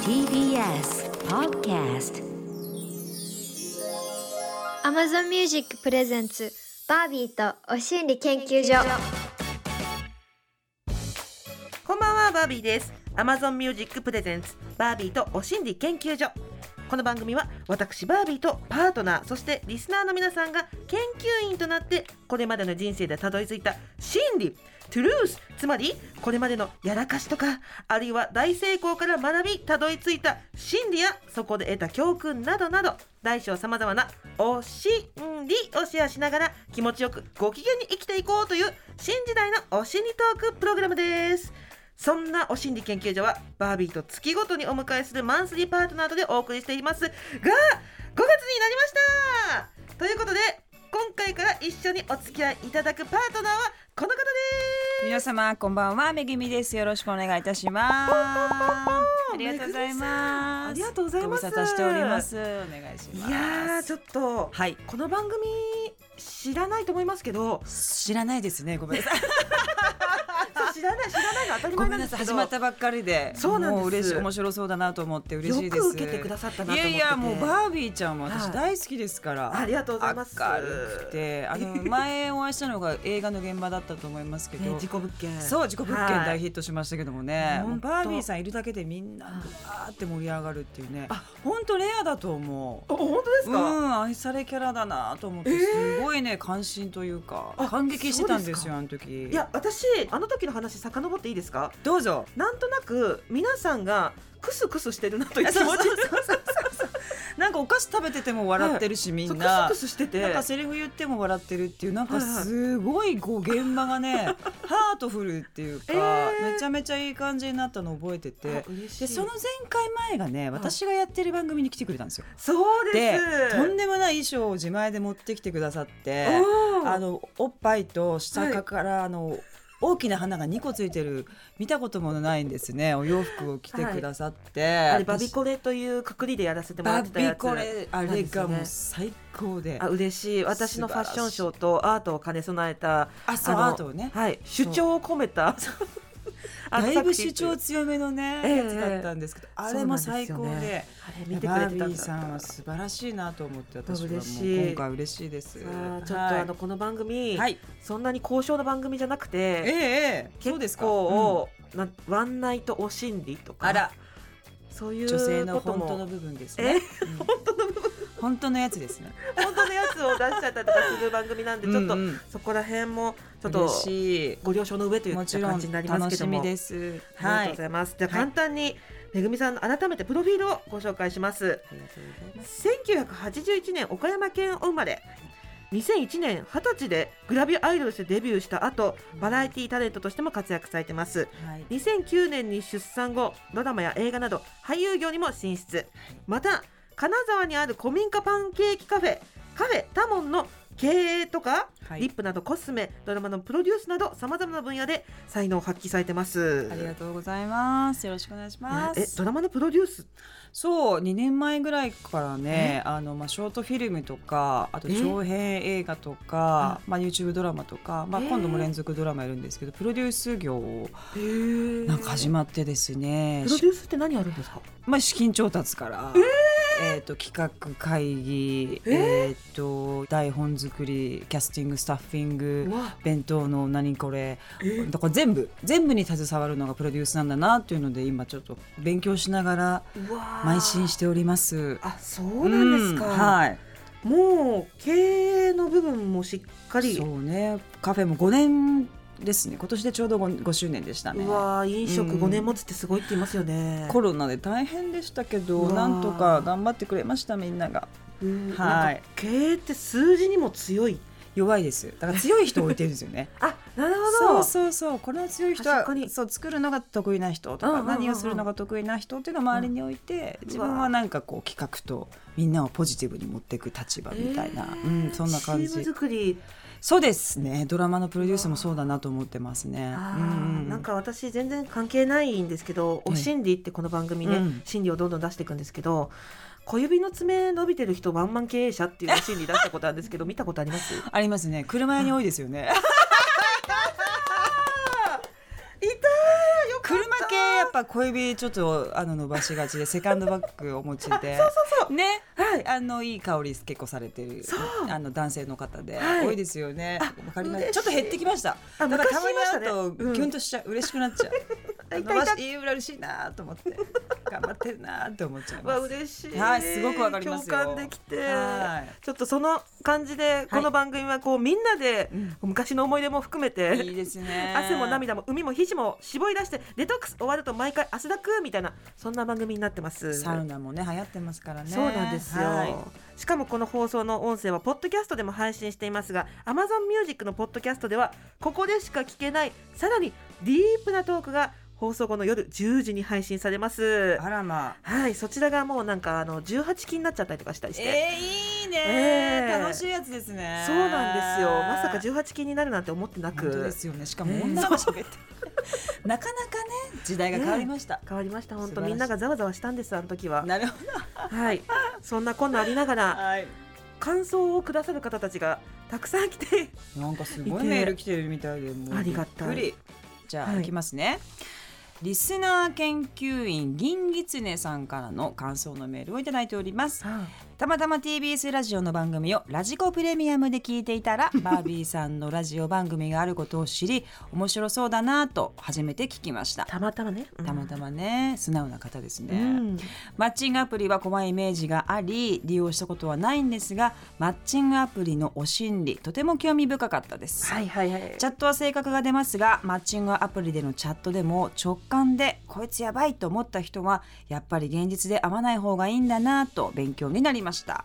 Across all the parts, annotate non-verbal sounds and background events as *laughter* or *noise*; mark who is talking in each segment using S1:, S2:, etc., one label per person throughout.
S1: TBS Podcast
S2: Amazon Music プレゼンツバービーとお心理研究所
S3: こんばんはバービーです Amazon Music Presents バービーとお心理研究所この番組は私バービーとパートナーそしてリスナーの皆さんが研究員となってこれまでの人生でたどり着いた真理トゥルースつまりこれまでのやらかしとかあるいは大成功から学びたどり着いた真理やそこで得た教訓などなど大小さまざまなお心理をシェアしながら気持ちよくご機嫌に生きていこうという新時代のお心理トークプログラムですそんなお心理研究所はバービーと月ごとにお迎えするマンスリーパートナーとでお送りしていますが5月になりましたということで今回から一緒にお付き合いいただくパートナーはこの方です
S4: 皆様こんばんはめぐみですよろしくお願いいたしますありがとうございます
S3: めぐみさんありがとうございます
S4: ご無沙汰しておりますお願いします
S3: いやーちょっと
S4: はい
S3: この番組知らないと思いますけど
S4: 知らないですねごめんなさい
S3: そう *laughs* 知らない知らないの当たり
S4: ご
S3: 前
S4: め
S3: なん
S4: な
S3: んで
S4: さ
S3: す
S4: い始
S3: けど
S4: まったばっかりで
S3: そうなんです
S4: もう嬉しい面白そうだなと思って嬉しいです
S3: よく受けてくださったなと思ってて
S4: いやいやもうバービーちゃんは
S3: は
S4: 私
S3: い
S4: 大好きですから、
S3: ありがとうございます
S4: 明るくてあの前お会いしたのが映画の現場だったと思いますけど、
S3: ね事故物件
S4: そう自己物件
S3: は
S4: 大
S3: い
S4: ヒットしましたけどもね、
S3: ほんと
S4: バービーさんいるだけでみんなうわーって盛り上がるっていうねあ本当レアだと思う
S3: あ本当です
S4: う
S3: か、
S4: ん愛されキャラだなと思ってすごいね関心というか
S3: あ
S4: 感激してたんですよあ
S3: そ
S4: の時
S3: いや私あの時の話遡っていいですか
S4: どうぞ
S3: なんとなく皆さんがクスクスしてるなという気持ち
S4: そうそうなんかお菓子食べてても笑ってるし、みんな
S3: クスクスしてて
S4: なんかセリフ言っても笑ってるっていうなんか
S3: はいはい
S4: すごいこう現場が *laughs* ねハートフルっていうか、
S3: えー
S4: めちゃめちゃいい感じになったのを覚えてて
S3: あ嬉しい
S4: でその前回前がね私がやってる番組に来てくれたんですよ。
S3: そうで
S4: ですとんでもない衣装を自前で持ってきてくださって
S3: おー
S4: あのおっぱいと下からあの、大きな花が2個ついてる見たこともないんですねお洋服を着てくださって、
S3: あれバビコレというくくりでやらせてもら
S4: バ
S3: ってたや
S4: ビ
S3: つ
S4: コレあれがもう
S3: なんです
S4: 最高で
S3: よねあ嬉しい私のファッションショーとアートを兼ね備えた
S4: あそう
S3: の
S4: アートをね
S3: はい主張を込めたあ
S4: だ
S3: の
S4: いぶ
S3: 作品
S4: 主張強めのね、
S3: ええ
S4: やつだったんですけど、あれも最高
S3: そう
S4: で
S3: なんですよねあれ見てくれ
S4: バ
S3: て
S4: ー
S3: たん
S4: ビー
S3: だ
S4: さんは素晴らしいなと思って私はもう
S3: 嬉しい
S4: 今回嬉しいです
S3: さあちょっとあのこの番組、
S4: はい、
S3: そんなに高尚な番組じゃなく
S4: え
S3: て
S4: えええそうです
S3: 結
S4: か
S3: 構、なんワンナイトお心理と
S4: うん
S3: か
S4: あら
S3: そういう
S4: 女性の
S3: こと
S4: 本
S3: も
S4: 当の部分です
S3: え
S4: ね、うん本当のやつですね
S3: 本当のやつを出しちゃったりとかする番組なんでちょっと
S4: うんうん
S3: そこら辺もちょっと
S4: 嬉しい
S3: ご了承の上という
S4: もちろ
S3: 感
S4: ん
S3: じになります
S4: 楽
S3: け
S4: し
S3: ども
S4: みです
S3: ありが
S4: は
S3: とう
S4: い
S3: ございます、じゃあ
S4: はい
S3: 簡単にめぐみさんの改めてプロフィールをご紹介します1981年岡山県お生まれ2001年20歳でグラビアアイドルとしてデビューした後バラエティタレントとしても活躍されてます
S4: はい
S3: 2009年に出産後ドラマや映画など俳優業にも進出また金沢にある古民家パンケーキカフェカフェタモンの経営とか、
S4: はい
S3: リップなどコスメドラマのプロデュースなどさまざまな分野で才能を発揮されてます
S4: ありがとうございますよろしくお願いしま
S3: ええ
S4: す
S3: ドラマのプロデュース
S4: そう2年前ぐらいからねあの、まあ、ショートフィルムとかあと
S3: え
S4: 長編映画とか、まあ、YouTube ドラマとか、まあ、
S3: え
S4: 今度も連続ドラマやるんですけどプロデュース業を
S3: な
S4: なんか始まってですね
S3: プロデュースって何あるんですか
S4: まあ、資金調達から、えーと企画会議、
S3: え
S4: えーと台本作りキャスティングスタッフィング
S3: わ
S4: 弁当の何これ
S3: え
S4: だから全部全部に携わるのがプロデュースなんだなっていうので今ちょっと勉強しながら
S3: うわー
S4: 邁進しております。
S3: あそうなんですか、
S4: うんはい
S3: もう経営の部分もしっかり
S4: そうねカフェも5年ですね今年でちょうど 5, 周年でしたね
S3: うわー飲食
S4: うん
S3: 5年持つってすごいって言いますよね、
S4: コロナで大変でしたけ
S3: う
S4: ど
S3: わ
S4: なんとか頑張ってくれましたみんなが
S3: うん
S4: はい
S3: なんか経営って数字にも強い
S4: 弱いですだから強い人を置いてるんですよね
S3: あなる
S4: そうそうそうこれは強い人
S3: 確
S4: は
S3: かに
S4: そう作るのが得意な人と
S3: うんうん
S4: か
S3: うんうん
S4: 何をするのが得意な人っていうのを周りに置いて
S3: ん
S4: 自分はなんかこう企画とみんなをポジティブに持っていく立場みたいな、うん、そんな感
S3: チー
S4: じ
S3: ム作り、
S4: そうですねドラマのプロデュースもそうだなと思ってますね。
S3: あ
S4: う
S3: ー
S4: う
S3: なんか私全然関係ないんですけど
S4: え
S3: 「
S4: え
S3: お心理」ってこの番組ね、
S4: うん
S3: 心理をどんどん出していくんですけど小指の爪伸びてる人ワンマン経営者っていうお心理出したことあるんですけど見たことあり
S4: *laughs*
S3: ますい
S4: ありますね車屋に多いですよね。
S3: たーよ
S4: 車系やっぱ小指ちょっとあの伸ばしがちでセカンドバッグお持ちで
S3: そうそう
S4: *laughs* ね
S3: そうはい
S4: あのいい香り結構されてる
S3: そう
S4: あの男性の方で、
S3: はい
S4: 多いですよね
S3: あ。
S4: わかりま
S3: 嬉し
S4: す。
S3: い
S4: ちょっと減ってきました。
S3: あ
S4: だからたまに
S3: 昔
S4: 会うと
S3: いましたねうん
S4: キュンとしちゃう、嬉しくなっ
S3: *laughs*
S4: ちゃう。
S3: あいた
S4: 伸ば
S3: いた
S4: しいい嬉しいなと思って頑張ってるなと思っちゃいま
S3: わ
S4: す。
S3: 嬉しい
S4: はいすごくわかりますよ
S3: 共感できて
S4: はい
S3: ちょっとその感じでこの番組はこうみんなで
S4: うん
S3: 昔の思い出も含め
S4: いい
S3: て
S4: ですね。
S3: *laughs* 汗も涙も海も皮脂も絞り出してデトックス終わると毎回汗だくみたいなそんな番組になってます
S4: サウナもね流行ってますからね。
S3: そうなんですよ、
S4: はい
S3: しかもこの放送の音声はポッドキャストでも配信していますが Amazon Music のポッドキャストではここでしか聞けないさらにディープなトークが放送後の夜10時に配信されます
S4: あらまあ。
S3: はいそちらがもうなんかあの18期になっちゃったりとかしたりして、
S4: えー、いいね、
S3: ええ
S4: 楽しいやつですね。
S3: そうなんですよまさか18期になるなんて思ってな
S4: 本当で
S3: く
S4: すよね。しかも女が喋って。なかなかね時代が変わりました。
S3: 変わりました本
S4: 素晴
S3: 当
S4: らしい
S3: みんながざわざわしたんですあの時は
S4: なるほど。
S3: はいそんなこんなありながら
S4: はい。
S3: 感想をくださる方たちがたくさん来て
S4: なんかすごい
S3: 見て
S4: メール来てるみたいでもう
S3: ありがたい
S4: びっくりじゃあ、
S3: はい
S4: い、きますねリスナー研究員銀狐さんからの感想のメールをいただいておりますたまたま TBS ラジオの番組をラジコプレミアムで聞いてい *laughs* たらバービーさんのラジオ番組があることを知り面白そうだなぁと初めて聞きました
S3: たまたまね
S4: たまたまね素直な方ですね、
S3: うん
S4: マッチングアプリは怖いイメージがあり利用したことはないんですがマッチングアプリのお心理とても興味深かったです、
S3: はいはいはい
S4: チャットは性格が出ますがマッチングアプリでのチャットでも直感でこいつやばいと思った人はやっぱり現実で会わない方がいいんだなぁと勉強になりました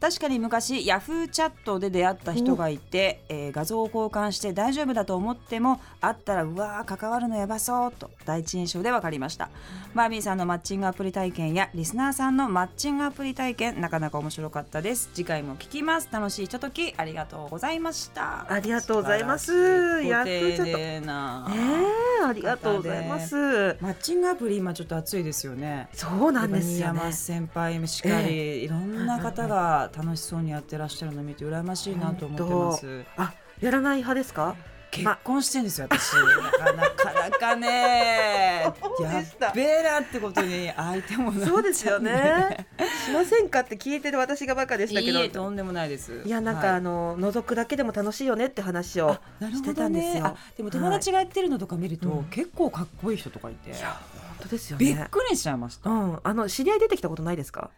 S4: 確かに昔ヤフーチャットで出会った人がいて、えー画像を交換して大丈夫だと思っても会ったらうわー関わるのやばそうと第一印象で分かりましたバービーさんのマッチングアプリ体験やリスナーさんのマッチングアプリ体験なかなか面白かったです次回も聞きます楽しいひとときありがとうございました
S3: ありがとうございます
S4: 素晴
S3: ヤ
S4: ら
S3: フ
S4: しい
S3: ーチャット
S4: ご丁寧な、
S3: ねえありがとうございます
S4: マッチングアプリ今ちょっと熱いですよね
S3: そうなんですよ
S4: 山
S3: ね
S4: 山先輩しかり、
S3: え
S4: いろんな方が楽しそうにやってらっしゃるのを見て羨ましいなと思ってます
S3: あやらない派ですか
S4: 結婚してんですよ私なかなかね
S3: *laughs* そう
S4: や
S3: でした
S4: っべえなってことに相手もなっちゃん
S3: そうですよ *laughs* ねしませんかって聞いてる私がバカでした
S4: い
S3: け
S4: い
S3: ど
S4: えとんでもないです
S3: いやなんかあの覗くだけでも楽しいよねって話を
S4: なる
S3: し
S4: ほ
S3: て
S4: ど
S3: たんです
S4: ね
S3: よ
S4: あでも友達がやってるのとか見ると、
S3: はいうん
S4: 結構かっこいい人とかいて
S3: いや本当ですよ
S4: びっ
S3: ね
S4: くりしちゃいました
S3: うんあの知り合い出てきたことないですか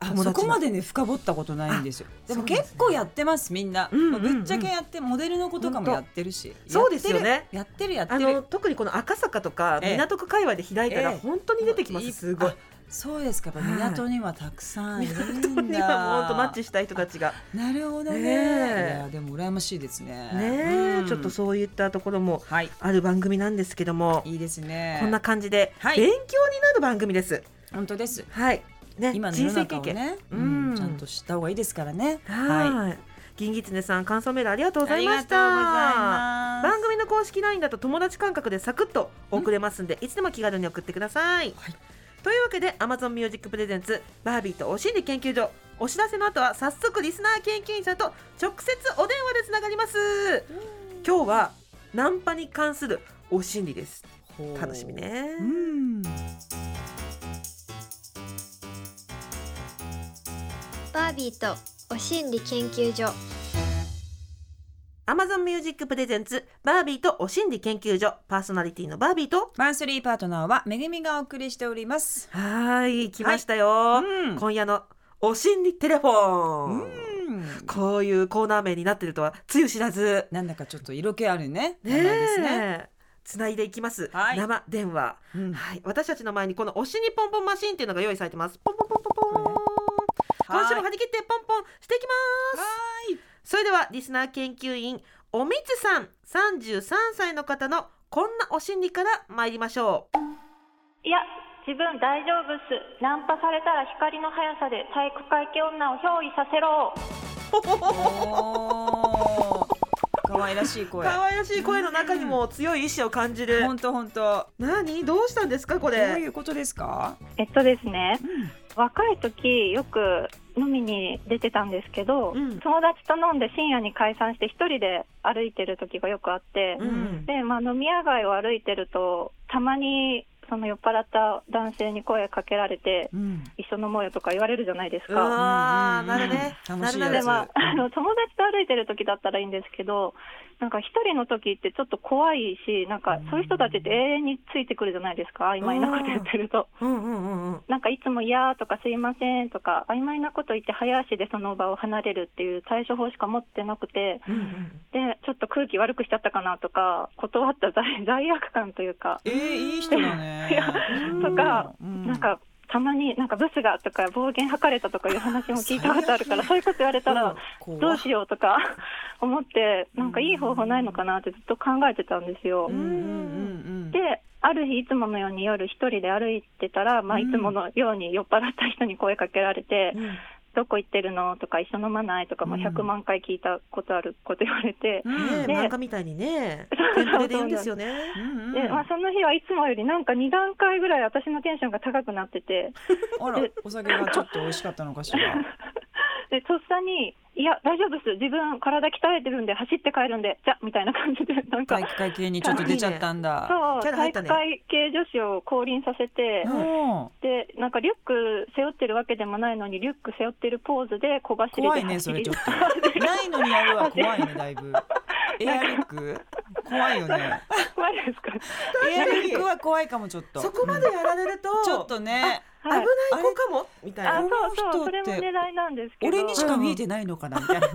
S4: あ
S3: 友達
S4: そ
S3: の
S4: こまでね深掘ったことないんですよでも
S3: そうなんですね
S4: 結構やってますみんな、
S3: うんうん
S4: まあぶっちゃけやってモデルの子とかも
S3: ほん
S4: や
S3: と
S4: ってるし
S3: そうですよね
S4: やってるやって
S3: あ
S4: る
S3: の特にこの赤坂とか
S4: ええ
S3: 港区界隈で開いた
S4: え
S3: ら
S4: え
S3: 本当に出てきます、
S4: あ
S3: すごい
S4: そうですかやっぱ港にはたくさんいるんだ
S3: 本当には本当マッチしたい人たちが
S4: なるほどね、
S3: ねえ
S4: いやでも羨ましいですね
S3: ねえ、
S4: うん
S3: ちょっとそういったところも
S4: はい
S3: ある番組なんですけども、
S4: いいですね
S3: こんな感じで
S4: はい
S3: 勉強になる番組です。
S4: 本当です
S3: はい。ね、
S4: 今の世
S3: 人
S4: の中
S3: 生経
S4: を
S3: 験。
S4: ね、
S3: う
S4: うんん、ちゃんと知った方がいいですからねい
S3: はい。銀狐さん感想メールありがとうございました。
S4: ありがとうございます
S3: 番組の公式 LINE だと友達感覚でサクッと送れますんでいつでも気軽に送ってください。
S4: はい
S3: というわけで Amazon Music Presents バービーとお心理研究所お知らせの後は早速リスナー研究員さんと直接お電話でつながります。今日はナンパに関するお心理です。
S4: ほう
S3: 楽しみね。
S4: うん
S2: バービーとお心理研究所
S3: Amazon Music Presents バービーとお心理研究所パーソナリティのバービーと
S4: マンスリーパートナーはめぐみがお送りしております。
S3: はーい来ましたよ、
S4: うん
S3: 今夜のお心理テレフォン、こういうコーナー名になってるとはつゆ知らず
S4: なんだかちょっと色気あるね。
S3: ねえ
S4: 名前ですね。
S3: つないでいきます、
S4: はい
S3: 生電話、
S4: うん
S3: はい私たちの前にこのおしにポンポンマシーンっていうのが用意されてますポンポンポンポンポン、
S4: こ
S3: 今週
S4: は
S3: も張り切ってポンポンしていきます
S4: ーい。
S3: それではリスナー研究員おみつさん33歳の方のこんなお心理から参りましょう
S1: いや、自分大丈夫っす。ナンパされたら光の速さで体育会系女を憑依させろ。
S4: おー可愛らしい声。
S3: 可愛らしい声の中にも強い意志を感じる
S4: 本当本当。
S3: 何どうしたんですかこ
S4: どう
S3: れ
S4: いうことですか？
S1: えっとですね、若い時よく飲みに出てたんですけど、
S3: うん
S1: 友達と飲んで深夜に解散して一人で歩いてる時がよくあって、
S3: うん
S1: で、まあ飲み屋街を歩いてると、たまにその酔っ払った男性に声かけられて、
S4: うん
S1: 一緒のもうよとか言われるじゃないです
S3: う
S1: か。
S3: わー、
S4: うん
S3: なるね。
S4: 楽しいやつ
S3: なる
S1: で
S3: なる
S1: まあ、あの友達と歩いてる時だったらいいんですけど、なんか一人の時ってちょっと怖いし、なんかそういう人たちって永遠についてくるじゃないですか、曖昧なこと言ってると。
S3: うんうんうんうん。
S1: なんかいつも「いや」とか「すいません」とか曖昧なこと言って早足でその場を離れるっていう対処法しか持ってなくて
S3: うんうん
S1: でちょっと空気悪くしちゃったかなとか断った罪 *laughs* 罪悪感というか
S4: えー、いい人だ
S1: *laughs*
S4: ね。うん
S1: とか、
S4: う
S1: なんかたまになんかブスがとか暴言吐かれたとかいう話も聞いたことあるからそういうこと言われたら
S4: 怖
S1: どうしようとか *laughs* 思ってなんかいい方法ないのかなってずっと考えてたんですよ
S4: うん。うんうん
S1: である日いつものように夜一人で歩いてたら、まあ、いつものように酔っ払った人に声かけられて。
S3: うん
S1: どこ行ってるのとか一緒飲まないとかも
S4: うん
S1: 100万回聞いたことあること言われて、
S4: うん
S3: ねえ
S1: で
S3: 漫画みたいにね、
S1: そ
S3: テ
S1: う
S3: ンプレで言うんですよ
S4: *laughs*
S3: ね。
S4: うんうん
S1: でまあ、その日はいつもよりなんか2段階ぐらい私のテンションが高くなってて
S4: あらお酒がちょっと美味しかったのかしら。
S1: *laughs* でとっさに「いや大丈夫です自分体鍛えてるんで走って帰るんでじゃ」みたいな感じでなんか
S4: 体。育会系にちょっと出ちゃったんだ。
S1: そう
S3: キャラ
S1: 体
S3: 入っ
S1: 育
S3: たね
S1: 会系女子を降臨させて、
S4: も
S1: でなんかリュック背負ってるわけでもないのにリュック背負ってるポーズで小走
S4: う
S1: りで
S4: 怖い
S1: 走り
S4: ねそれちょっと。ないのにやるは怖いねだいぶ。エアリック怖いよね。
S1: *laughs* 怖いですか
S4: エアリックは怖いかもちょっと。
S3: そこまでやられると、
S4: ちょっとね。
S3: 危ない
S1: はい
S3: 子かもみたいな。
S1: あそうそう
S4: この人っ
S1: それ
S4: て
S1: も狙いなんですけど
S4: 俺にしか見えてないのかなみたいな。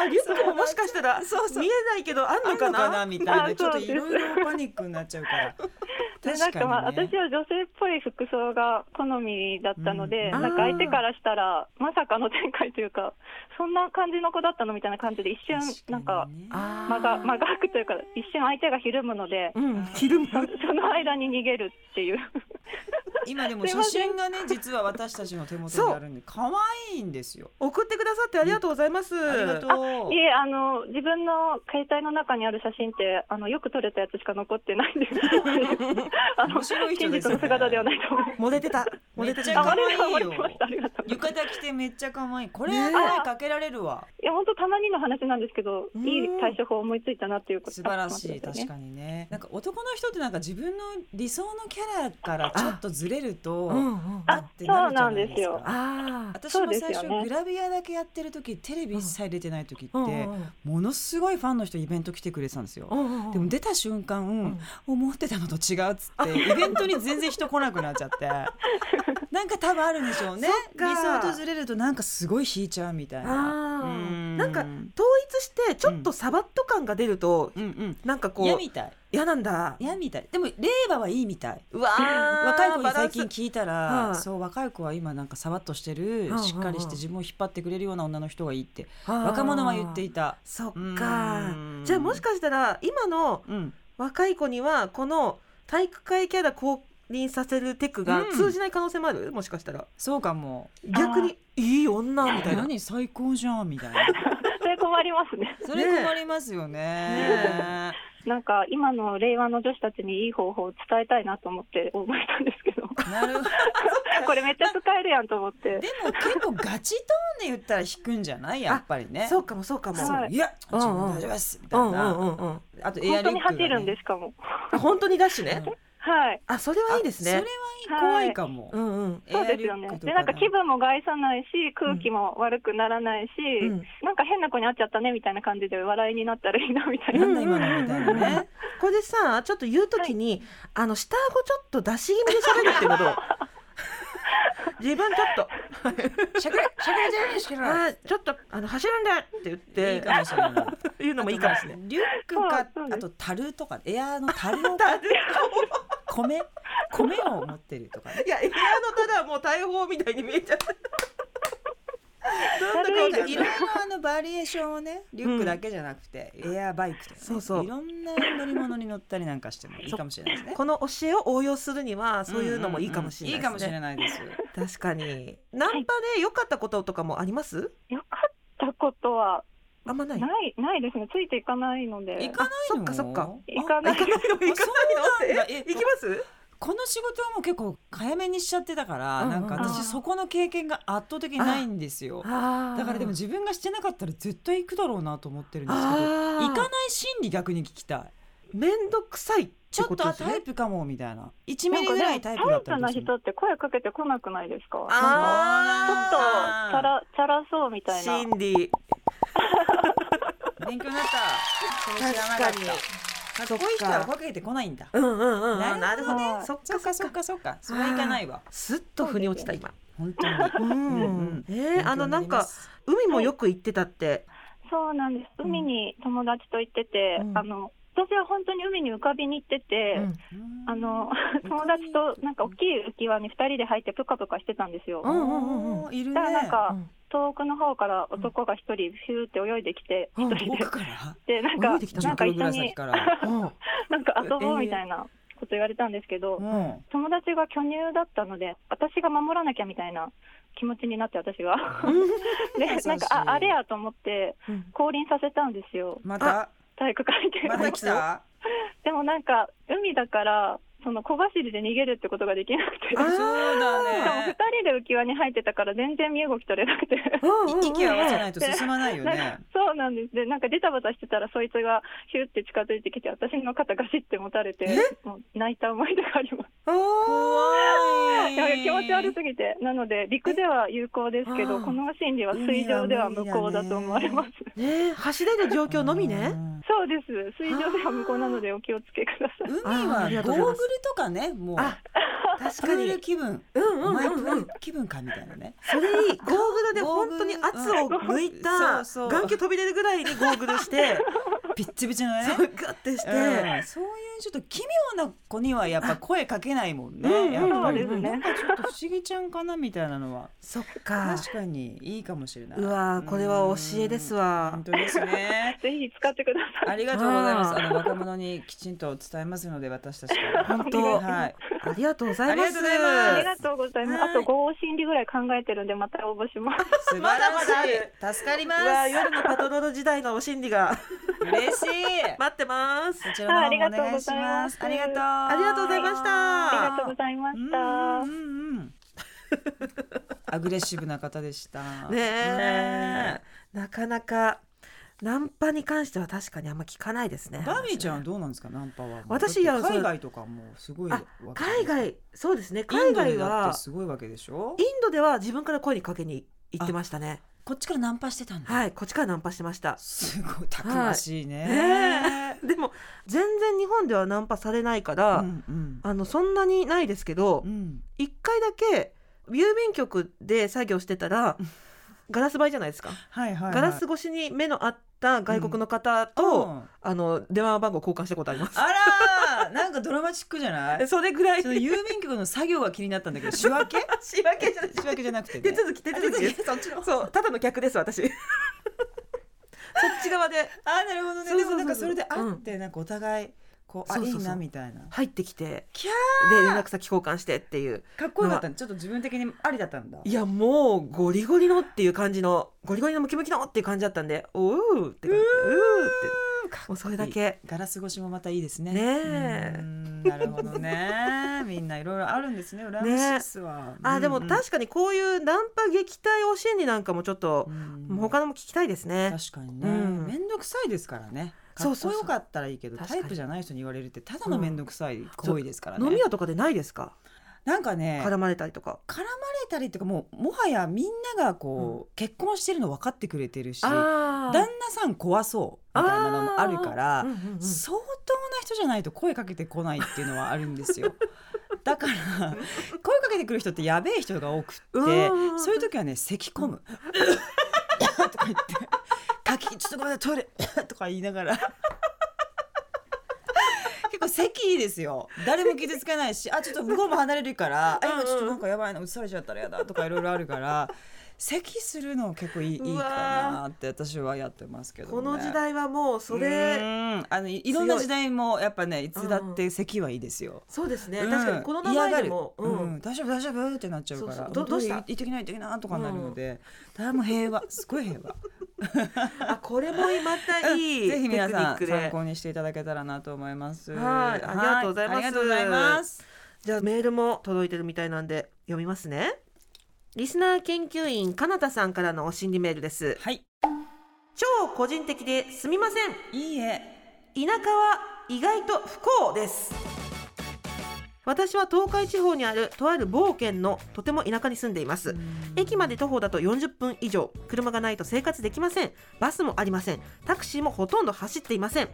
S3: あリュックももしかしたら
S4: そうそう
S3: 見えないけどあん
S4: あ
S3: の
S4: んのか
S3: か
S4: な
S3: な。
S1: *laughs*
S4: みたいな。
S1: あ
S4: ちょっとい
S1: そうです
S4: ろいろパニックになっちゃうから。
S1: で *laughs* なん
S4: 確
S1: かまあ
S4: かにね
S1: 私。は女性っぽい服装が好みだったので、
S3: うん
S1: なんか
S3: あー
S1: 相手からしたらまさかの展開というかそんな感じの子だったのみたいな感じで一瞬なんか
S3: あ
S1: 間が間が空くというか一瞬相手がひるむので
S3: うん昼間。
S1: その間に逃げるっていう
S4: 今でも写真がね実は私たちの手元にあるんで可愛いんですよ。
S3: 送ってくださってありがとうございます。
S4: ありがとう
S1: い。えあの自分の携帯の中にある写真ってあのよく撮れたやつしか残っ
S4: *laughs*
S1: てないんであの
S4: 面白い人
S1: 真
S4: です
S1: 実
S4: ね
S1: の姿ではないと思います
S3: 漏れてた。漏
S4: めっ
S3: れて
S4: ち
S3: た
S4: ゃ
S1: あ
S4: 可
S1: 漏れた漏
S4: 愛い
S1: れま
S4: よ
S1: した。ありがとう
S4: 浴衣着てめっちゃ可愛い。これ
S3: ねえ
S4: 声かけられるわ。
S1: いや本当たまにの話なんですけど
S3: うん
S1: いい対処法思いついたなっていうこと
S4: 素晴らしい
S1: あそうです
S4: 確
S1: よね
S4: かにね。なんか男の人ってなんか自分の理想のキャラからちょっとずれると
S3: うんうん。
S4: あってなるじゃないです
S1: そう
S4: か。
S3: あー。
S4: 私も最
S1: そうです
S4: 初
S1: よね
S4: グラビアだけやってる時テレビ一切出てない時って
S3: うんうん
S4: ものすごいファンの人イベント来てくれてたんですよ。
S3: うんうん。
S4: でも出た瞬間、
S3: ん
S4: 思ってたのと違うっつってイベントに全然人来なくなっちゃって
S3: *laughs*
S4: なんか多分あるんでしょうね
S3: そっか
S4: 理想とずれるとなんかすごい引いちゃうみたいな。
S3: あ
S4: う
S3: ー
S4: ん
S3: なんか統一してちょっとサバット感が出ると
S4: うんうん
S3: なんかこ
S4: 嫌
S3: う
S4: みたい
S3: 嫌なんだ。
S4: 嫌みたいでも令和はいいみたいう
S3: わー
S4: 若い子に
S3: バラ
S4: 最
S3: ンス
S4: 近聞いた
S3: は
S4: ら
S3: い
S4: そう若い子は今なんかさわっとして
S3: んうんう
S4: る
S3: ん
S4: しっかりして自分を引っ張ってくれるような女の人がいいって若者は言っていた
S3: そっ
S4: う
S3: か
S4: ん
S3: じゃあもしかしたら今の
S4: うん
S3: 若い子にはこの体育会キャラ降臨させるテク
S4: う
S3: が
S4: ん
S3: 通じない可能性もある、もしかしたら
S4: そうかも
S3: 逆にいい女みたいな
S4: 何最高じゃんみたいな
S1: それ困りますね
S4: それ困りますよね
S1: なんか今の令和の女子たちにいい方法を伝えたいなと思って応募したんです
S4: *laughs*
S1: けど
S4: なるほど
S1: これめっちゃ使えるやんと思って
S4: でも結構ガチトーンで言ったら引くんじゃないやっぱりね。
S3: そうかもそうかも、
S1: はい
S4: や自分大丈夫ですみた
S3: う
S4: い
S3: んうん
S4: な。
S3: うんうん
S4: あとエア
S1: 本当
S4: リック
S1: に走るんですすかも
S3: 本当にダッシュね、
S1: はい
S3: あそれはいいです
S4: それ
S3: ね
S4: はいい怖いかも
S3: う。んうん
S1: そうですよねでなんか気分も害さないし空気も悪くならないし、
S3: うん
S1: なんか変な子に会っちゃったねみたいな感じで笑いになったらいいなみたい
S4: な
S1: な、
S4: んだ今のみたいな
S3: うんうんうん
S4: ね。
S3: これでさちょっと言うときに、あの下顎ちょっと出し気味で喋るってこと自分ちょっと
S4: しゃくれしゃくれてるんですけど。
S3: あーちょっとあの走るんだって言っ
S4: いい
S3: て
S4: かもしれない。
S3: *laughs* 言うのもいいかもしれない
S4: あとリュックか
S1: そうそうです
S4: あと樽とかエアーの樽を米米を持ってるとかね。
S3: *laughs* いや、エアのただもう大砲みたいに見えちゃった。どんな顔
S4: い
S3: だ
S4: ろいろあのバリエーションをねリュックだけじゃなくて、エアバイクとか、ね、
S3: そうそう
S4: ろんな乗り物に乗ったりなんかしてもいいかもしれないですね。
S3: この教えを応用するには、そういうのもいいかもしれない
S4: いい
S3: で
S4: か
S3: す
S4: も
S3: ね。
S4: しれないです。
S3: 確かに。ナンパで良かったこととかもあります。
S1: よかったことは
S3: あんまない。
S1: ないないですねついていかないので
S4: 行かないの？
S3: あそっかそっか
S1: 行か
S3: あ
S1: ない
S3: 行かないの、行かないの
S4: そうなんだ
S3: っ
S4: え
S3: て。行きます。
S4: この仕事はもう結構早めにしちゃってたから、
S3: うんうん
S4: なんか
S1: あー
S4: 私そこの経験が圧倒的にないんですよ。
S3: あ
S4: だからでも自分がしてなかったら絶対行くだろうなと思ってるんですけど、
S3: あー
S4: 行かない心理逆に聞きたい。
S3: 面倒くさい。
S4: ちょっとあタイプかもみたいな1ミリぐらいタイプだ
S1: な
S4: っ
S1: ん
S4: た
S1: かで
S4: ん
S1: も
S4: で
S1: タイ
S4: す
S1: プ
S4: ね
S1: な人って声かけてこなくないですかなんかちょっとチ
S3: あ
S1: ャラチャラそうみたいな
S3: 心理
S4: 勉強になったそう知らなかったか
S3: そっか
S4: っこいい人は声かけてこないんだ
S3: うんうんうんうん
S4: な
S3: な
S4: る
S3: る
S4: ほ
S3: ほ
S4: ど
S3: ど
S1: ね
S3: ねそっ
S4: そ
S3: か
S4: っかそっかそっかそれはいかないわ
S3: すっと腑に落ちた今
S4: 本当に
S3: うん
S4: うん
S3: えーあのなんか
S4: 勉
S3: 海もよく行ってたって
S1: そうなんです海に友達と行ってて、
S3: うん
S1: あの私は本当に海に浮かびに行ってて、
S3: うん
S4: 強にな
S1: あ
S4: りま
S1: *laughs* の友達となんか大きい浮き輪に2人で入ってプカプカしてたすよ。
S3: う
S4: す
S3: んうんうん
S4: おーいるね
S1: だからなんか、
S3: うん
S1: 遠くの方から男が一人ヒューって泳いできて
S3: う
S1: 一
S3: ん
S1: 人で
S4: 奥から
S1: でなん
S3: 泳
S1: か
S3: いできた
S1: なんか
S4: 10キロぐら
S1: 一緒
S4: い先
S1: に
S4: から
S3: うん
S1: なんか遊ぼうみたいなこと言われたんですけど、
S4: うん
S1: 友達が巨乳だったので私が守らなきゃみたいな気持ちになって私が *laughs* で
S4: 優しい
S1: なんかああれやと思って
S3: うん
S1: 降臨させたんですよ
S4: また
S1: 体育会系
S4: また来た
S1: *laughs* でもなんか海だからその小走りで逃げるってことができなくて。
S3: あ
S4: そうだ
S1: 2
S4: ね
S1: 人で浮き輪に入ってたから全然身動き取れなくて
S3: うんうん
S4: 息を合わせないと進まないよ
S1: な
S4: ね
S1: そうなんですでなんかジタバタしてたらそいつがヒュって近づいてきて私の肩ガシって持たれてもう泣いた思い出があります
S4: 怖い
S1: なんか気持ち悪すぎてなので陸では有効ですけ
S3: あ
S1: ど
S3: ー
S1: この心理は水上では無効だと思われます、
S3: ねえ走れる状況のみね
S1: そうです水上では無効なのでお気をつけください
S4: 海はゴーグルとかねもう
S3: あ確
S4: プ
S3: か
S4: ール
S3: に
S4: 気分
S3: うん
S4: お前プ
S3: うんう
S4: ー
S3: ん
S4: ル気分かみたいなね
S3: それいいゴーグルで
S4: ゴー
S3: 本
S4: グル
S3: 当に圧を抜いた
S4: うんそうそう
S3: 眼球飛び出るぐらいにゴーグルして
S4: ピッチピチのね
S3: そうグッてして、
S4: うんそういうちょっと奇妙な子にはやっぱ声かけないもんね。
S3: うんうん
S4: やっぱり
S1: そうですね
S4: なんかちょっと不思議ちゃんかなみたいなのは
S3: そっか
S4: 確かにいいかもしれない。
S3: うわーこれは教えですわ
S4: うん本当ですね。
S1: ぜひ使ってください
S4: ありがとうございます。
S3: あー
S4: あの若者にきちんと伝えますので私たちから
S3: *laughs* 本当
S4: はい。
S3: ありがとうございま
S4: あり
S3: す
S4: がとうございます
S1: ありがとうございます
S4: はい
S1: あと合心理ぐらい考えてるんでまた応募します
S4: 素晴
S3: まだまだあ
S4: らしい。助かりま
S3: うわー
S4: す。
S3: 夜のパトロール時代のお心理が
S4: 嬉しい。こ
S3: 待ってます
S4: ちらの方もお願いし
S1: あ
S4: ます。あり
S1: り
S4: が
S1: が
S4: と
S1: と
S4: う
S1: うござ
S4: あ
S3: ありがとうござい
S1: います。
S3: ました
S1: ありがとうございました、
S4: うんうんうん *laughs* アグレッシブな方でした。
S3: ね
S4: ね
S3: えなかなかナンパに関しては確かにあんま聞かないですね
S4: バービーちゃんはどうなんですかナンパは。
S3: 私いや
S4: だって
S3: そう
S4: 海外とかもうすごいわけじゃないで
S3: 海
S4: すか。
S3: 外そうですね海
S4: インドで
S3: 外
S4: だって
S3: は
S4: すごいわけでしょ
S3: イ。ンドでは自分から声にかけに行ってましたね
S4: こっちからナンパしてたんだ。
S3: はいこっちからナンパしてました
S4: すごいたくましいね。
S3: ねえでも全然日本ではナンパされないから、
S4: うんうん
S3: あのそんなにないですけど
S4: うん。
S3: 一、回だけ郵便局で作業してたらガラス張りじゃないですか、
S4: はいはいはい。
S3: ガラス越しに目の合った外国の方と、
S4: うん
S3: あの電話番号交換したことあります。
S4: あらーなんかドラマチックじゃない。
S3: *laughs* それぐらい
S4: ちょっと郵便局の作業が気になったんだけど仕分け？
S3: 仕分けじゃない
S4: 仕分けじゃなくて
S3: 手
S4: ね。
S3: 続き手続きです
S4: そっちの。
S3: そうただの客で
S4: *laughs*
S3: す私そっち側で
S4: あーなるほどね。
S3: そう
S4: で
S3: そ
S4: も
S3: うそう
S4: なんかそれで会ってなんかお互いこうあ
S3: そう
S4: い
S3: そう
S4: い
S3: そう
S4: なみたいな。
S3: 入ってきて
S4: キャ
S3: で連絡先交換してっていう
S4: ーかっこよかったね。ちょっと自分的にありだったんだ。
S3: いやもうゴリゴリのっていう感じのゴリゴリのムキムキのっていう感じだったんでおうって感じううってもうそれだけ
S4: ガラス越しもまたいいですね。
S3: ねえ
S4: うんなるほど
S3: *laughs*
S4: ね。みんないろいろあるんですね。羨ましいっすわ。
S3: あでも確かにこういうナンパ撃退お心理なんかもちょっと
S4: う、ん
S3: もう他のも聞きたいですね
S4: 確かにね、
S3: うん
S4: めんどくさいですからね。か
S3: そ
S4: っ
S3: う
S4: こ
S3: そうそ
S4: よ
S3: う
S4: かったらいいけど
S3: 確
S4: タ
S3: かに
S4: イプじゃない人に言われるってただのめんどくさい行為ですからね。
S3: 飲み屋とかでないですか
S4: なんかね絡
S3: 絡
S4: ま
S3: まれたりとか
S4: れたりっていうかもうもはやみんながこう、結婚してるの分かってくれてるし旦
S3: あ
S4: 那さん怖そうみたいなのもあるから、
S3: うんうんうん
S4: 相当な人じゃないと声かけてこないっていうのはあるんですよ。
S3: *laughs*
S4: だから声かけてくる人ってやべえ人が多くって
S3: うん
S4: そういう時はね咳込むとか言って「かきちょっとごめんなさいトイレ」とか言いながら結構咳いいですよ誰も傷つけないしあちょっと向こうも離れるから「あ
S3: うんうん
S4: 今ちょっとなんかやばいな映されちゃったらやだ」とかいろいろあるから咳するの結構いいいいか
S3: うわ
S4: なって私はやってますけど、ね、
S3: この時代はもうそれ、
S4: うんあのいいろんな時代もやっぱねいつだって咳はいいですよ。
S3: そうですね、
S4: うん
S3: 確かにこの名前でも、
S4: 嫌がるうん大丈夫大丈夫ってなっちゃうから
S3: そうそうどどうした
S4: 本当に行ってきな行ってきなとかなるので、だいぶ平和すごい平和
S3: あこれもまたいい
S4: ぜ
S3: テク
S4: ひ
S3: ニ
S4: 皆さ
S3: ッ
S4: ん *laughs*
S3: ク
S4: 参
S3: で
S4: 考にしていただけたらなと思います
S3: はいありがとうございま
S4: は
S3: す
S4: ありがとうございます
S3: じゃあメールも届いてるみたいなんで読みますねリスナー研究員かなたさんからのお心理メールです
S4: はい
S3: 超個人的ですみません
S4: いいえ
S3: 田舎は意外と不幸です私は東海地方にあるとある某県のとても田舎に住んでいます駅まで徒歩だと40分以上車がないと生活できませんバスもありませんタクシーもほとんど走っていません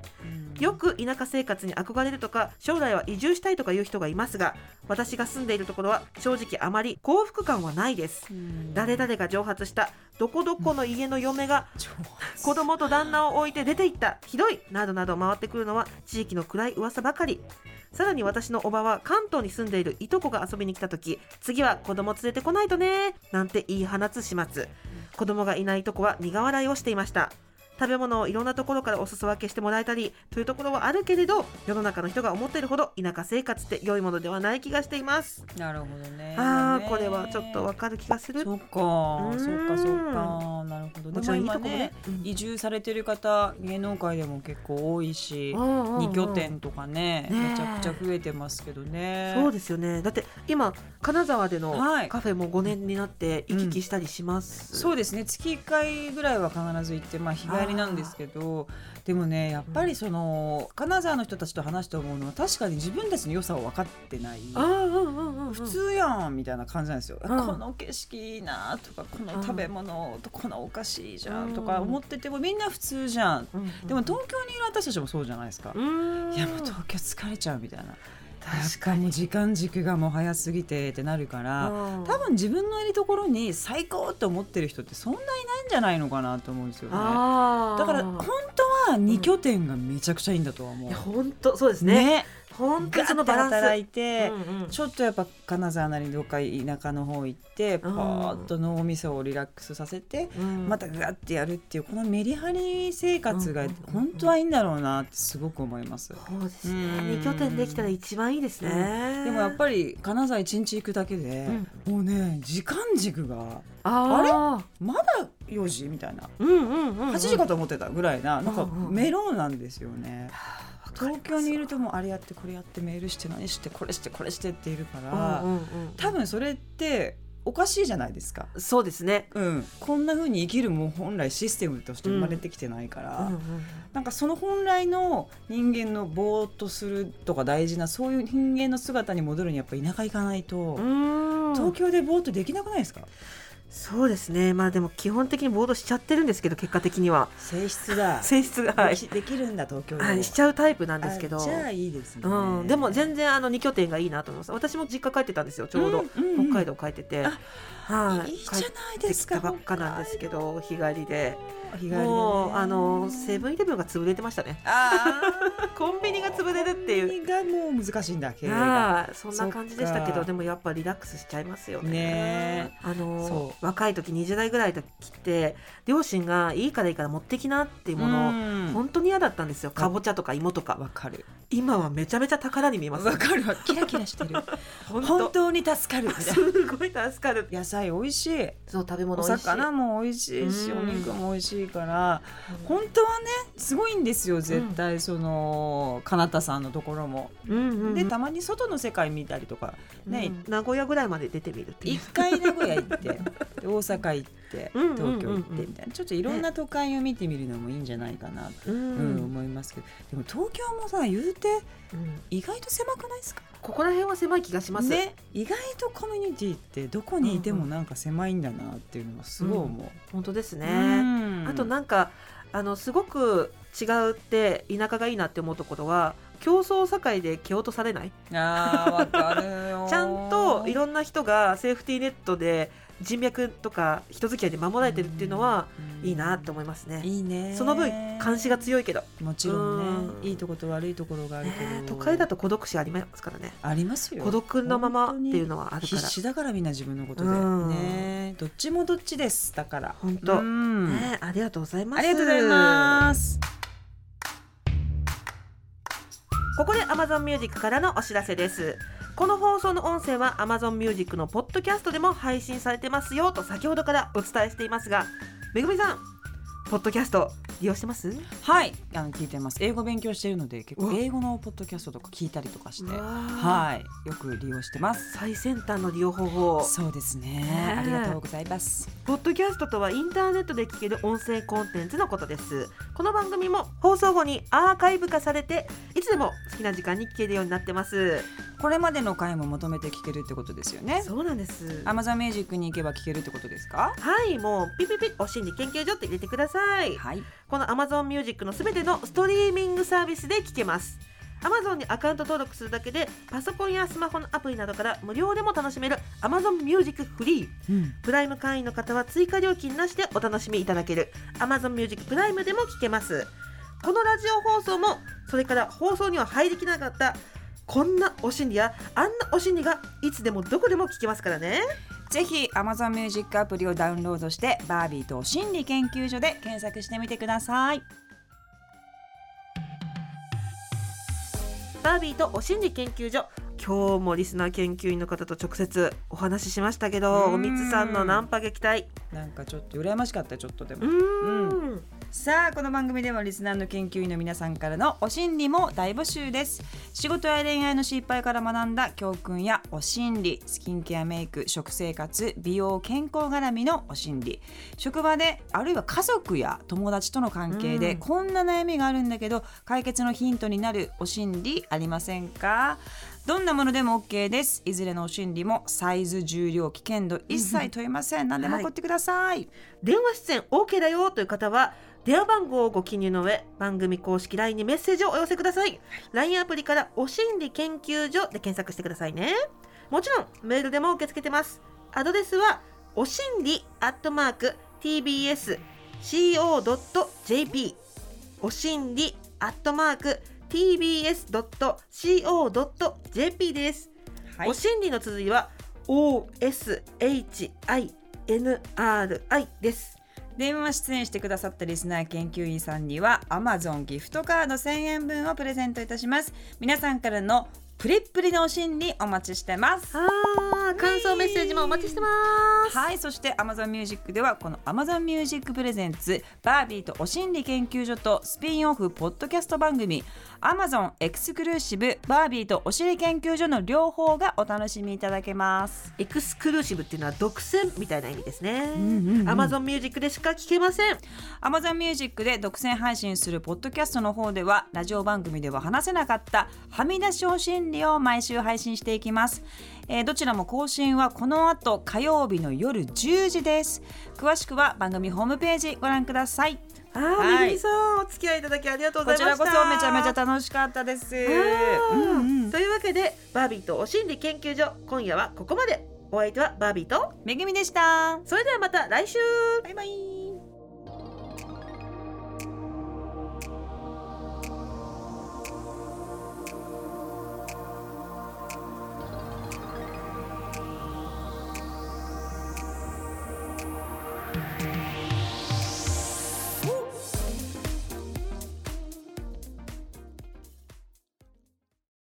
S3: よく田舎生活に憧れるとか将来は移住したいとかいう人がいますが私が住んでいるところは正直あまり幸福感はないです誰々が蒸発したどこどこの家の嫁が子供と旦那を置いて出て行ったひどいなどなど回ってくるのは地域の暗い噂ばかりさらに私のおばは関東に住んでいるいとこが遊びに来た時次は子供連れてこないとねなんて言い放つ始末子供がいないいとこは苦笑いをしていました食べ物をいろんなところからお裾分けしてもらえたりというところはあるけれど世の中の人が思っているほど田舎生活って良いものではない気がしています
S4: なるほどね
S3: あーこれはちょっとわかる気がする
S4: そっか、
S3: ん
S4: そっか、そっか、なるほど。で
S3: もちろ
S4: も
S3: んいいと
S4: 今
S3: こもね
S4: ね、移住されてる方、芸能界でも結構多いし、二
S3: 2
S4: 拠点とかね、
S3: ねえ
S4: めちゃくちゃ増えてますけどね。
S3: そうですよねだって今金沢での
S4: はい
S3: カフェも5年になって行き来したりします、
S4: そうですね月1回ぐらいは必ず行って、まあ、日帰りなんですけどでもねやっぱりその金沢の人たちと話して思うのは確かに自分たちの良さを分かってない
S3: あーうんうんうんうん
S4: 普通やんみたいな感じなんですよ、
S3: うん
S4: この景色いいなとかこの食べ物とこのお菓子いいじゃ
S3: うん
S4: んとか思っててもみんな普通じゃん
S3: うんうん
S4: でも東京にいる私たちもそうじゃないですか
S3: う。ーん
S4: いやもう東京疲れちゃうみたいな
S3: 確
S4: かに時間軸がもう早すぎてってなるから、
S3: うん
S4: 多分自分のいるところに最高って思ってる人ってそんないないんじゃないのかなと思うんですよね。
S3: あー
S4: だから本当は2拠点がめちゃくちゃいいんだとは思う。
S3: いや本当そうですね本当
S4: ガ
S3: にそ
S4: ッ
S3: の
S4: て
S3: バランス
S4: 働いて、
S3: うんうん
S4: ちょっとやっぱ金沢なりどっか田舎の方行ってパーッと脳みそをリラックスさせて、
S3: うん
S4: またガッてやるっていうこのメリハリ生活が
S3: うんうんうんうん
S4: 本当はいいんだろうなってすごく思います。
S3: そうですね
S4: うん
S3: 2拠点できたら一番いいですね、
S4: でもやっぱり金沢一日行くだけで、もうね時間軸が
S3: あ
S4: まだ4時みたいな
S3: れうんうんうんうん
S4: 8時かと思ってたぐらいななんか
S3: うんうん
S4: メロンなんですよね。
S3: わかり
S4: 東
S3: ます
S4: 京にいるともうあれやってこれやってメールして何してこれしてこれしてっているか
S3: うん
S4: ら、
S3: うんうん
S4: 多分それっておかしいじゃないですか。
S3: そうですね
S4: うん、こんな風に生きるも本来システムとして生まれてきてないから、
S3: うんうん
S4: なんかその本来の人間のぼーっとするとか大事なそういう人間の姿に戻るにやっぱ田舎行かないと、
S3: うん
S4: 東京でぼーっとできなくないですか
S3: そうですねまあでも基本的にボードしちゃってるんですけど結果的には
S4: 性質だ
S3: 性質が、はい
S4: できできるんだ東京で、
S3: はい、しちゃうタイプなんですけど
S4: あじゃあいいですね、
S3: うん、でも全然あの二拠点がいいなと思います私も実家帰ってたんですよちょうど、
S4: うんうんうん
S3: 北海道帰ってて、
S4: あ
S3: はい
S4: いじゃない
S3: 帰っ
S4: で
S3: て
S4: す
S3: き
S4: か
S3: たばっかなんですけど日帰りで
S4: 北海道日帰りでね
S3: もうあのセブンイレブンが潰れてました *laughs* ね
S4: あ
S3: コンビニが潰れるって
S4: ー
S3: い
S4: コ
S3: う
S4: ンビニがもう難しいんだ経営が
S3: ああそんな感じでしたけ
S4: そっ
S3: ど
S4: か
S3: でもやっぱリラックスしちゃいますよね。
S4: ね
S3: あの
S4: そ
S3: 若い時20代ぐらいの時って両親がいいからいいから持ってきなっていうものを、
S4: うん
S3: 本当に嫌だったんですよかぼちゃとか芋とか
S4: わかる
S3: 今はめちゃめちゃ宝に見えます
S4: わかるわキラキラしてる *laughs*
S3: 本
S4: 本
S3: 当
S4: 当に助かるみたいな
S3: すごい助かる
S4: 野菜美味しい
S3: そう食べ
S4: お
S3: 物美味しい
S4: 魚も美味しいし
S3: うん
S4: お肉も美味しいから本当はねすごいんですよ絶対そのかなたさんのところも。
S3: うんうんうん
S4: でたまに外の世界見たりとかね
S3: うん名古屋ぐらいまで出てみるってい
S4: 一
S3: う
S4: 回名古屋行
S3: *laughs*
S4: ってで大阪行って
S3: うんうんうんうん
S4: 東京行ってみたいなちょっといろんな都会を見てみるのもいいんじゃないかなと、
S3: う
S4: うんん思いますけどでも東京もさ言うて
S3: うん
S4: 意外と狭くないですか
S3: ここら辺は狭い気がします、
S4: ね、意外とコミュニティってどこにいてもなんか狭いんだなっていうのはすごい思う。
S3: 本当ですね、
S4: うん
S3: あとなんかあのすごく違うって田舎がいいなって思うところは競争社会で蹴落とされない
S4: あーわかるよ *laughs*
S3: ちゃんといろんな人がセーフティーネットで人脈とか人付き合いで守られてるっていうのは
S4: うん
S3: いいなって思いますね。
S4: いいね
S3: その分監視が強いけど、
S4: もちろん
S3: うん
S4: ねいいとこと悪いところがあるけど、
S3: ね都会だと孤独死ありますからね
S4: ありますよ
S3: 孤独のままっていうのはあるか
S4: 必
S3: ら。
S4: 死だからみんな自分のことで
S3: うん
S4: ねどっちもどっちですだから
S3: 本当
S4: うん
S3: ね、ありがとうございます。
S4: ありがとうございます
S3: ここで Amazon Music からのお知らせです。この放送の音声は Amazon Music のポッドキャストでも配信されてますよと先ほどからお伝えしていますが、めぐみさん、ポッドキャスト利用してます
S4: はいあの聞いてます英語勉強しているので結構英語のポッドキャストとか聞いたりとかして
S3: は
S4: はいよく利用してます
S3: 最先端の利用方法
S4: そうですね
S3: ね
S4: ありがとうございます
S3: ポッドキャストとはインターネットで聞ける音声コンテンツのことですこの番組も放送後にアーカイブ化されていつでも好きな時間に聞けるようになってます
S4: これまでの回も求めて聞けるってことですよね
S3: そうなんです
S4: Amazon Music に行けば聞けるってことですか
S3: はいもうピピピお心理研究所って入れてください
S4: はい
S3: この Amazon Music のすべてのストリーミングサービスで聞けます Amazon にアカウント登録するだけでパソコンやスマホのアプリなどから無料でも楽しめる Amazon Music フリー
S4: うん
S3: プライム会員の方は追加料金なしでお楽しみいただける Amazon Music プライムでも聞けますこのラジオ放送もそれから放送には入りきなかったこんなお心理やあんなお心理がいつでもどこでも聞けますからね
S4: ぜひ Amazon Music アプリをダウンロードしてバービーと心理研究所で検索してみてください
S3: バービーとお心理研究所今日もリスナー研究員の方と直接お話ししましたけど
S4: うん
S3: おみつさんのナンパ撃退
S4: なんかちょっと羨ましかったちょっとで
S3: う
S4: も
S3: ーん
S4: さあこの番組ではリスナーの研究員の皆さんからのお心理も大募集です仕事や恋愛の失敗から学んだ教訓やお心理スキンケアメイク食生活美容健康絡みのお心理職場であるいは家族や友達との関係で
S3: うん
S4: こんな悩みがあるんだけど解決のヒントになるお心理ありませんかどんなものでも OK ですいずれのお心理もサイズ重量危険度一切問いません何でも送ってください
S3: 電話出演 OK だよという方は電話番号をご記入の上番組公式 LINE にメッセージをお寄せください LINE アプリから「お心理研究所」で検索してくださいねもちろんメールでも受け付けてますアドレスはお心理アットマーク TBSCO.jp お心理アットマーク TBS.CO.jp です
S4: は
S3: お心理の綴りは OSHINRI です。
S4: 電話出演してくださったリスナー研究員さんには Amazon ギフトカード1000円分をプレゼントいたします皆さんからのプリップリのお心理お待ちしてます
S3: ああ、感想メッセージもお待ちしてます。
S4: はいそして Amazon Music ではこの Amazon Music プレゼンツバービーとお心理研究所とスピンオフポッドキャスト番組 Amazon エクスクルーシブバービーとお心理研究所の両方がお楽しみいただけます
S3: エクスクルーシブっていうのは独占みたいな意味ですね。
S4: んうんうん
S3: Amazon Music でしか聞けません。
S4: Amazon Music で独占配信するポッドキャストの方ではラジオ番組では話せなかったはみ出しお心理を毎週配信していきます、えーどちらも更新はこの後火曜日の夜10時です詳しくは番組ホームページご覧ください
S3: ああ、
S4: はい
S3: めぐみさん、お付き合いいただきありがとうご
S4: こ
S3: ざ
S4: ち
S3: いま
S4: ら
S3: した。
S4: こそめちゃめちゃ楽しかったです
S3: あー
S4: うんうん
S3: というわけで、バービーとお心理研究所、今夜はここまで。お相手はバービーと、
S4: めぐみでした
S3: それではまた来週。
S4: バイバイ